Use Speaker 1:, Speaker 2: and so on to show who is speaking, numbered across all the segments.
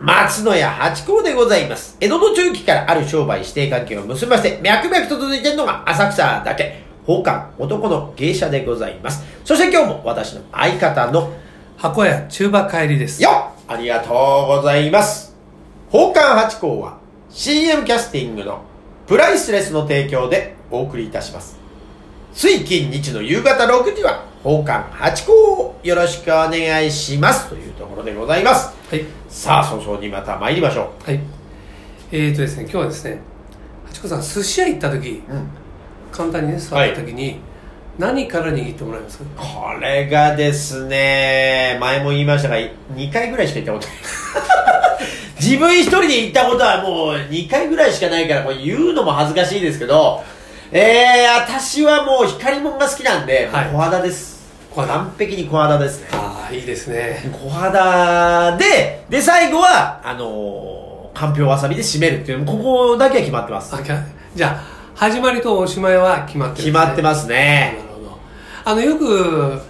Speaker 1: 松野屋八甲でございます。江戸の中期からある商売指定関係を結びまして、脈々と続いているのが浅草だけ、宝冠男の芸者でございます。そして今日も私の相方の
Speaker 2: 箱屋中馬帰りです。
Speaker 1: よっありがとうございます。宝冠八甲は CM キャスティングのプライスレスの提供でお送りいたします。水金日の夕方6時は宝冠八甲をよろしくお願いします。というところでございます。
Speaker 2: はい。
Speaker 1: さあ、早々にまた参りましょ
Speaker 2: はい。えーとですね、今日はですね、八子さん、寿司屋行った時、
Speaker 1: う。うん
Speaker 2: 簡単にね、座った時に、何から握ってもらいますか
Speaker 1: これがですね、前も言いましたが、2回ぐらいしか行ったことない。 自分一人で行ったことはもう2回ぐらいしかないから、これ言うのも恥ずかしいですけど、えー、私はもう光もんが好きなんで、
Speaker 2: はい
Speaker 1: もう小肌です。
Speaker 2: 小肌
Speaker 1: 完璧に小肌ですね。
Speaker 2: ああ、いいですね。
Speaker 1: 小肌で、で、最後は、あのー、かんぴょうわさびで締めるっていう、ここだけは決まってます。
Speaker 2: あきゃじゃあ、始まりとおしまいは決まってる、
Speaker 1: 決まってます
Speaker 2: なる
Speaker 1: ね。
Speaker 2: ほど。あの、よく、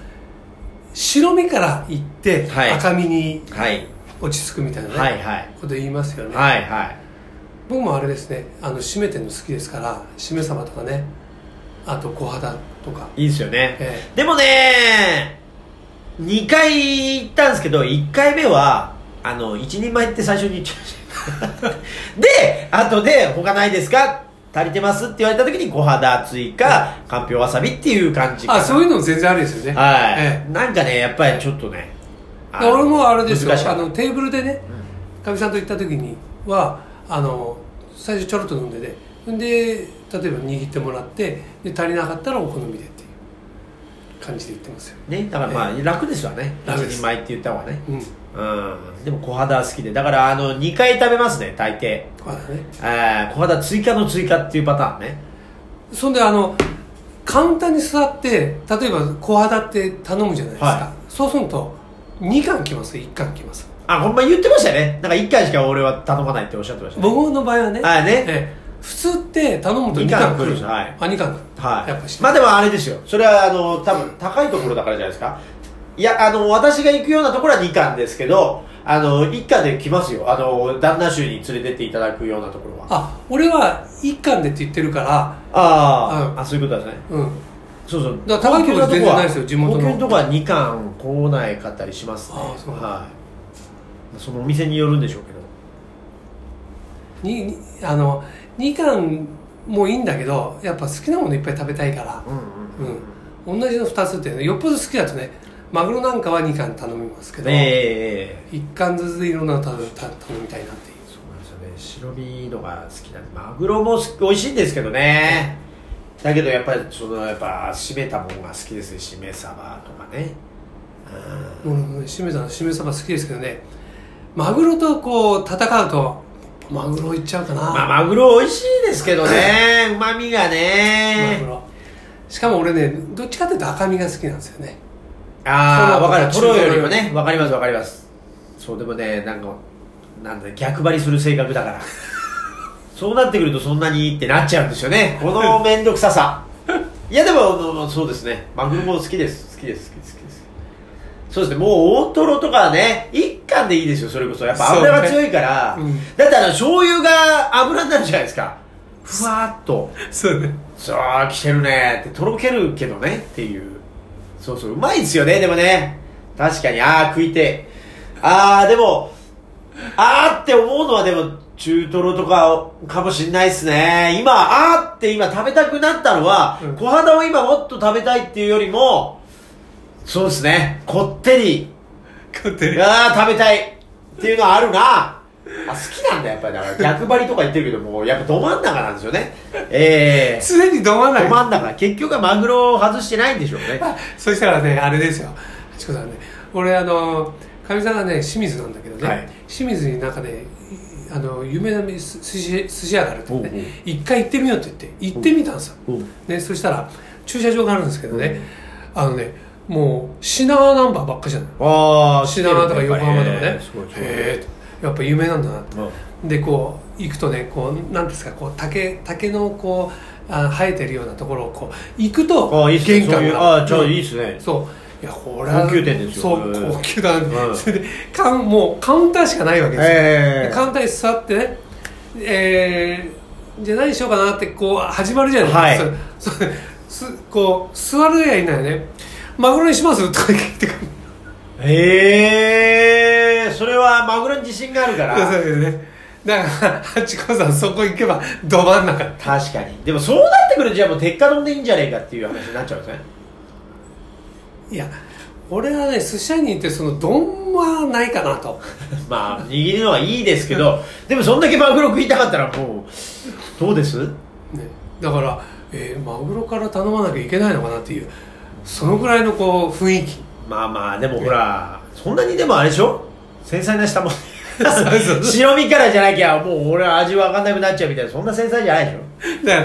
Speaker 2: 白身から行って、
Speaker 1: はい
Speaker 2: 赤身に
Speaker 1: はい。
Speaker 2: 落ち着くみたいなね、
Speaker 1: はいはい。
Speaker 2: こと言いますよね。
Speaker 1: はいはい。
Speaker 2: 僕もあれですね、あの、締めてるの好きですから、締め様とかね、あと小肌とか。
Speaker 1: いいですよね。
Speaker 2: え
Speaker 1: でもね、2回行ったんですけど、1回目は、あの、1人前って最初に言っちゃいました。で、あとで、他ないですか足りてますって言われた時に、小肌追加、かんぴょうわさびっていう感じかな
Speaker 2: あ、そういうのも全然ありですよね。
Speaker 1: はい、
Speaker 2: え
Speaker 1: なんかね、やっぱりちょっとね。
Speaker 2: え俺もあれですよ、
Speaker 1: 難しか
Speaker 2: あ
Speaker 1: った
Speaker 2: のテーブルでね、かみさんと行った時には、あの最初ちょろっと飲んでね、んで、例えば握ってもらって、で足りなかったらお好みでっていう感じで言ってますよ。
Speaker 1: ね、だからまあ、楽ですわね。
Speaker 2: 楽
Speaker 1: 1
Speaker 2: です
Speaker 1: 人前って言った方がね。
Speaker 2: うん、
Speaker 1: うん。でも小肌は好きで。だから、あの、2回食べますね、大抵。
Speaker 2: こうだね。
Speaker 1: えー小肌追加の追加っていうパターンね。
Speaker 2: そんであのカウンターに座って、例えば小肌って頼むじゃないですか。
Speaker 1: は
Speaker 2: そうすると2貫来ます、1貫来ます。
Speaker 1: あ、ほんま言ってましたよね。なんか1回しか俺は頼まないっておっしゃってましたね。
Speaker 2: 僕の場合はね、
Speaker 1: はいね
Speaker 2: ええ普通って頼むと2
Speaker 1: 二貫
Speaker 2: 貫
Speaker 1: 来
Speaker 2: 来
Speaker 1: る
Speaker 2: る。
Speaker 1: んですはい
Speaker 2: あ、2貫来る。
Speaker 1: はい。
Speaker 2: やっぱして
Speaker 1: まあでもあれですよ。それはあの、多分高いところだからじゃないですか。いや、あの、私が行くようなところは2巻ですけど、あの、1巻で来ますよ。あの、旦那衆に連れてっていただくようなところは。
Speaker 2: あ俺は一貫でって言ってるから、
Speaker 1: あ
Speaker 2: う
Speaker 1: あ、
Speaker 2: ん
Speaker 1: あ、そういうことですね。
Speaker 2: うん、
Speaker 1: そうそう。
Speaker 2: だから高いところ全然ないですよ地元の
Speaker 1: 高級なところは2巻来ないかったりしますね。
Speaker 2: ああそう
Speaker 1: はい。そのお店によるんでしょうけど。
Speaker 2: ににあの2貫もいいんだけどやっぱ好きなものいっぱい食べたいから
Speaker 1: うん、
Speaker 2: うん同じの2つって、ね、よっぽど好きだとねマグロなんかは2貫頼みますけど、
Speaker 1: ええ
Speaker 2: 一1貫ずついろんなの食べた頼みたいなっていう
Speaker 1: そうなんですよね白身のが好きなんでマグロもす美味しいんですけどねだけどやっぱりそのやっぱ締めたものが好きですね締め鯖とかねうん
Speaker 2: もうもうしめさんしめさば好きですけどねマグロとこう戦うとマグロいっちゃうかな、
Speaker 1: まあマグロ美味しいですけどねうまみが
Speaker 2: マグ
Speaker 1: ね
Speaker 2: ロしかも俺ねどっちかっていうと赤身が好きなんですよね
Speaker 1: ああ
Speaker 2: トロ
Speaker 1: わかるト
Speaker 2: 中
Speaker 1: ロ
Speaker 2: トロ
Speaker 1: よりもねわかりますわかりますそうでもねなんかなんだ逆張りする性格だ からそうなってくるとそんなにってなっちゃうんですよねこの面倒くささ いやでももうもうそうですねマグロも好きです好きです好きです好きですそうですねもう大トロとかはね一貫でいいですよそれこそやっぱ油が強いから、
Speaker 2: そうねうん
Speaker 1: だってあの醤油が油になるじゃないですかふわーっと
Speaker 2: そう ね
Speaker 1: そう来てるねってとろけるけどねっていうそうそううまいですよねでもね確かにああ食いてえああでもああって思うのはでも中トロとかかもしんないっすね今ああって今食べたくなったのは、
Speaker 2: うん
Speaker 1: 小肌を今もっと食べたいっていうよりもそうですねこってり
Speaker 2: 勝手に
Speaker 1: ああ食べたいっていうのはあるなあ好きなんだやっぱりだから逆張りとか言ってるけどもうやっぱど真ん中なんですよねええ
Speaker 2: 常にどまない
Speaker 1: ど真ん中結局はマグロを外してないんでしょうね
Speaker 2: そしたらねあれですよ八子さんね俺あのかみさんがね清水なんだけどね、
Speaker 1: はい
Speaker 2: 清水になんかねあの有名な寿司寿司屋があるって
Speaker 1: おうおう
Speaker 2: ね一回行ってみようって言って行ってみたんですよ、
Speaker 1: おう
Speaker 2: ね、そしたら駐車場があるんですけどね、あのねもう品川ナンバーばっかじゃない
Speaker 1: ああ
Speaker 2: 品川とか横浜とかねへ
Speaker 1: すごいすごい
Speaker 2: えやっぱ有名なんだなって
Speaker 1: うん
Speaker 2: でこう行くとねこうなんですかこう竹竹のこうあ生えてるようなところをこう行くと
Speaker 1: ああいいっすねそう
Speaker 2: 玄関
Speaker 1: いう
Speaker 2: が
Speaker 1: ああじゃあいいっすね
Speaker 2: そういやこれは
Speaker 1: 高級店ですよ
Speaker 2: そう
Speaker 1: うん
Speaker 2: 高級だ、
Speaker 1: うん
Speaker 2: それでカウンもうカウンターしかないわけですよ、
Speaker 1: ええ
Speaker 2: カウンターに座ってねえー、じゃあ何しようかなってこう始まるじゃないですか、
Speaker 1: はい
Speaker 2: そそすこう座るやいないねマグロにしますとか聞いてくる
Speaker 1: ええそれはマグロに自信があるから
Speaker 2: そうですねだから八子さんそこ行けばど真ん中
Speaker 1: 確かにでもそうなってくるとじゃあもう鉄火丼でいいんじゃねえかっていう話になっちゃうんですね
Speaker 2: いや俺はね寿司屋に行ってその丼はないかなと
Speaker 1: まあ握るのはいいですけどでもそんだけマグロ食いたかったらもうどうです
Speaker 2: ね、だから、えーマグロから頼まなきゃいけないのかなっていうそのぐらいのこう雰囲気
Speaker 1: まあまあでもほらそんなにでもあれでしょ繊細な下もん
Speaker 2: う そう
Speaker 1: 白身からじゃなきゃもう俺は味わかんなくなっちゃうみたいなそんな繊細じゃないでしょ
Speaker 2: だか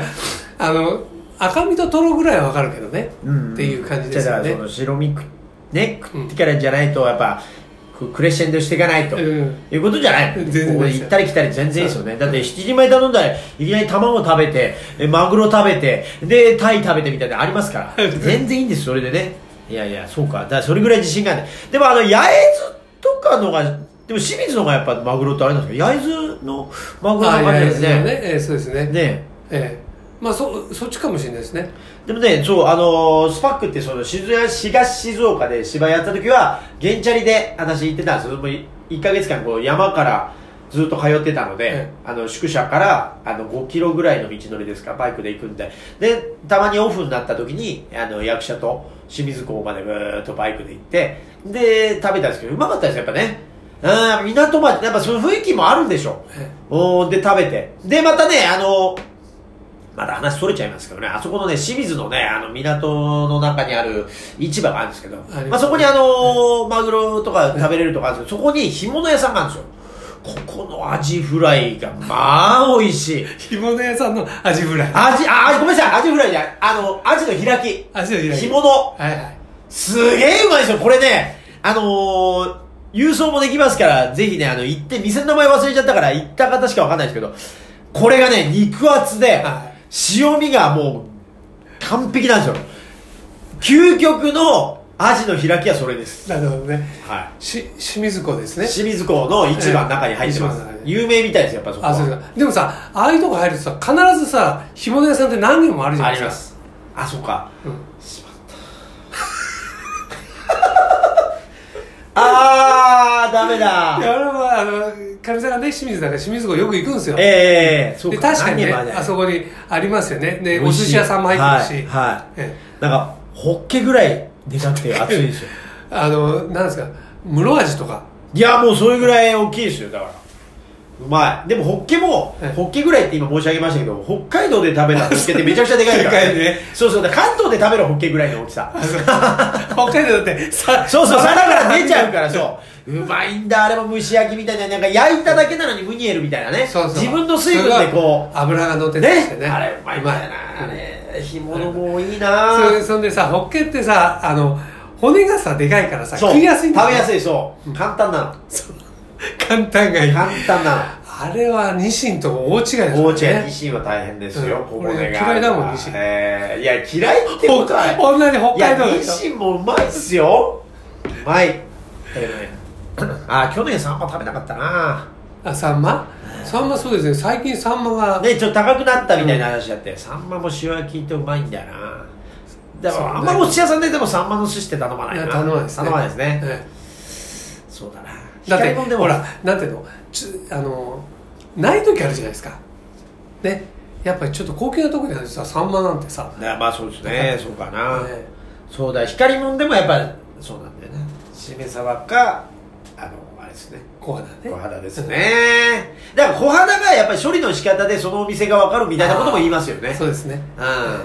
Speaker 2: らあの赤身とトロぐらいはわかるけどね、
Speaker 1: うん
Speaker 2: っていう感じですよ
Speaker 1: じゃあだから
Speaker 2: ね
Speaker 1: その白身くね食ってからじゃないとやっぱくクレッシェンドしていかないと、
Speaker 2: うん
Speaker 1: いうことじゃない
Speaker 2: 全然
Speaker 1: ここ行ったり来たり全然いいですよねだって7時前頼んだらいきなり卵食べてえマグロ食べてでタイ食べてみたいなのありますから全然いいんですそれでねいやいやそうかだからそれぐらい自信がないでもあの焼津とかのがでも清水のがやっぱマグロってあれなんですか焼津のマグロの
Speaker 2: あい
Speaker 1: 感じ
Speaker 2: や
Speaker 1: で
Speaker 2: いや
Speaker 1: す
Speaker 2: いや
Speaker 1: ね
Speaker 2: ね、えーそうですね
Speaker 1: ね
Speaker 2: えーまあそそっちかもしれないですね
Speaker 1: でもね、そう、あのースパックってその静谷、東静岡で芝居やった時は、原チャリで私行ってたんですよ。もうい1ヶ月間こう山からずっと通ってたので、あの、宿舎からあの5キロぐらいの道のりですか、バイクで行くんで。で、たまにオフになった時に、あの、役者と清水港までぐーっとバイクで行って、で、食べたんですけど、うまかったですよ、やっぱね。うん、港町、やっぱその雰囲気もあるんでしょ。
Speaker 2: え
Speaker 1: おーで、食べて。で、またね、あのーまだ話それちゃいますけどね、あそこのね、清水のね、あの、港の中にある市場があるんですけど、
Speaker 2: ありますね
Speaker 1: まあ、そこにあのーマグロとか食べれるとかあるんですけど、そこに干物屋さんがあるんですよ。ここのアジフライが、まあ、美味しい。
Speaker 2: ー干物屋さんのアジフライ
Speaker 1: アジ、あ、ごめんなさい、アジフライじゃない、あの、アジの開き。
Speaker 2: アジの開き
Speaker 1: 干物。
Speaker 2: はいはい
Speaker 1: すげえうまいですよ、これね、あのー、郵送もできますから、ぜひね、あの、行って、店の名前忘れちゃったから、行った方しかわかんないですけど、これがね、肉厚で
Speaker 2: は、
Speaker 1: 塩味がもう、完璧なんですよ。究極のアジの開きはそれです。
Speaker 2: なるほどね
Speaker 1: は
Speaker 2: し清水港です
Speaker 1: い。
Speaker 2: ね
Speaker 1: 清水港の市場の中に入ってま
Speaker 2: え
Speaker 1: す
Speaker 2: え市場の。中に
Speaker 1: 有名みたいですよ、やっぱそこは
Speaker 2: あそうですかでもさああいうとこ入るとさ必ずさ干物屋さんって何軒もあるじゃな
Speaker 1: あ
Speaker 2: い
Speaker 1: り
Speaker 2: ですか
Speaker 1: ます。あ、そうか。
Speaker 2: うん
Speaker 1: あー、ダメ
Speaker 2: いや
Speaker 1: だ。
Speaker 2: 俺はあのかみさんがね清水だから清水港よく行くんですよ、
Speaker 1: ええそう
Speaker 2: で確かにね
Speaker 1: 何軒まで
Speaker 2: あそこにありますよねで
Speaker 1: 美
Speaker 2: お
Speaker 1: 味しい
Speaker 2: 寿司屋さんも入ってるし、
Speaker 1: はいはい
Speaker 2: え
Speaker 1: なんか、ホッケぐらいでかくて熱いですよ。
Speaker 2: えあのなんですか室味とか
Speaker 1: いや、もうそれぐらい大きいですよ、だから。うまい。でも、ホッケも
Speaker 2: はい、
Speaker 1: ホッケぐらいって今申し上げましたけど、北海道で食べたホッケってめちゃくちゃでかいから、
Speaker 2: でかいね
Speaker 1: そうそう、だから関東で食べるホッケぐらいの大きさ。
Speaker 2: 北海道だってさ
Speaker 1: そうそう、皿から出ちゃうから、 そう。うまいんだ、あれも蒸し焼きみたいな、なんか焼いただけなのにムニエルみたいなね。
Speaker 2: そうそう
Speaker 1: 自分の水分でこ
Speaker 2: う油が乗って
Speaker 1: う、
Speaker 2: たりし
Speaker 1: ね
Speaker 2: てね
Speaker 1: あれうまいんだよな、あれ。干物もいいな
Speaker 2: それそんでさホッケってさあの骨がさでかいからさ
Speaker 1: そう
Speaker 2: 食いやすいんだ
Speaker 1: 食べや
Speaker 2: い
Speaker 1: すい、そう。簡単なの。
Speaker 2: 簡単がいい
Speaker 1: 簡単なの。
Speaker 2: あれはニシンと大違いですからね
Speaker 1: 高知やニシンは大変ですよ、
Speaker 2: うん
Speaker 1: ここで
Speaker 2: 俺嫌いだもんニシン
Speaker 1: えーいや嫌いってことは
Speaker 2: ほ同じ北
Speaker 1: い
Speaker 2: 海道
Speaker 1: や
Speaker 2: で
Speaker 1: ニ
Speaker 2: しょ
Speaker 1: シンもうまいっすようまいだけどねあー去年サンマ食べなかったな
Speaker 2: あサンマサンマそうですね最近サンマが
Speaker 1: ねちょっと高くなったみたいな話だって、サンマも塩焼きってうまいんだよなだか
Speaker 2: そう
Speaker 1: ら
Speaker 2: ね
Speaker 1: あんまりお寿司屋さんででもサンマの寿司って頼まない
Speaker 2: い
Speaker 1: な
Speaker 2: や頼まないですね
Speaker 1: 頼まないですね、
Speaker 2: え
Speaker 1: そうだな
Speaker 2: えだって
Speaker 1: 光り物でも
Speaker 2: ほらなんていうのちゅあのない時あるじゃないですかねやっぱりちょっと高級なとこにあるさサンマなんてさ、
Speaker 1: だからまあそうですねそうかな、
Speaker 2: え
Speaker 1: そうだ光り物でもやっぱそうなんだよねしめ鯖かあのあれですね
Speaker 2: え小肌ね
Speaker 1: 小肌ですねだから小肌がやっぱり処理の仕方でそのお店が分かるみたいなことも言いますよね
Speaker 2: そうですね
Speaker 1: うん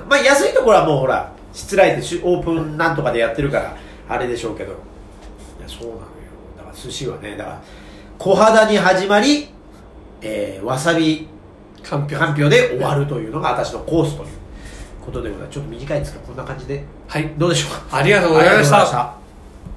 Speaker 1: まあ安いところはもうほら失礼でしオープンなんとかでやってるからあれでしょうけどいやそうなのよだから寿司はねだから小肌に始まり、えーわさび
Speaker 2: かんぴょう
Speaker 1: かんぴょうで終わるというのが私のコースということでございますちょっと短いですかこんな感じで
Speaker 2: はい
Speaker 1: どうでしょうか
Speaker 2: ありがとうございました
Speaker 1: ありがとうございました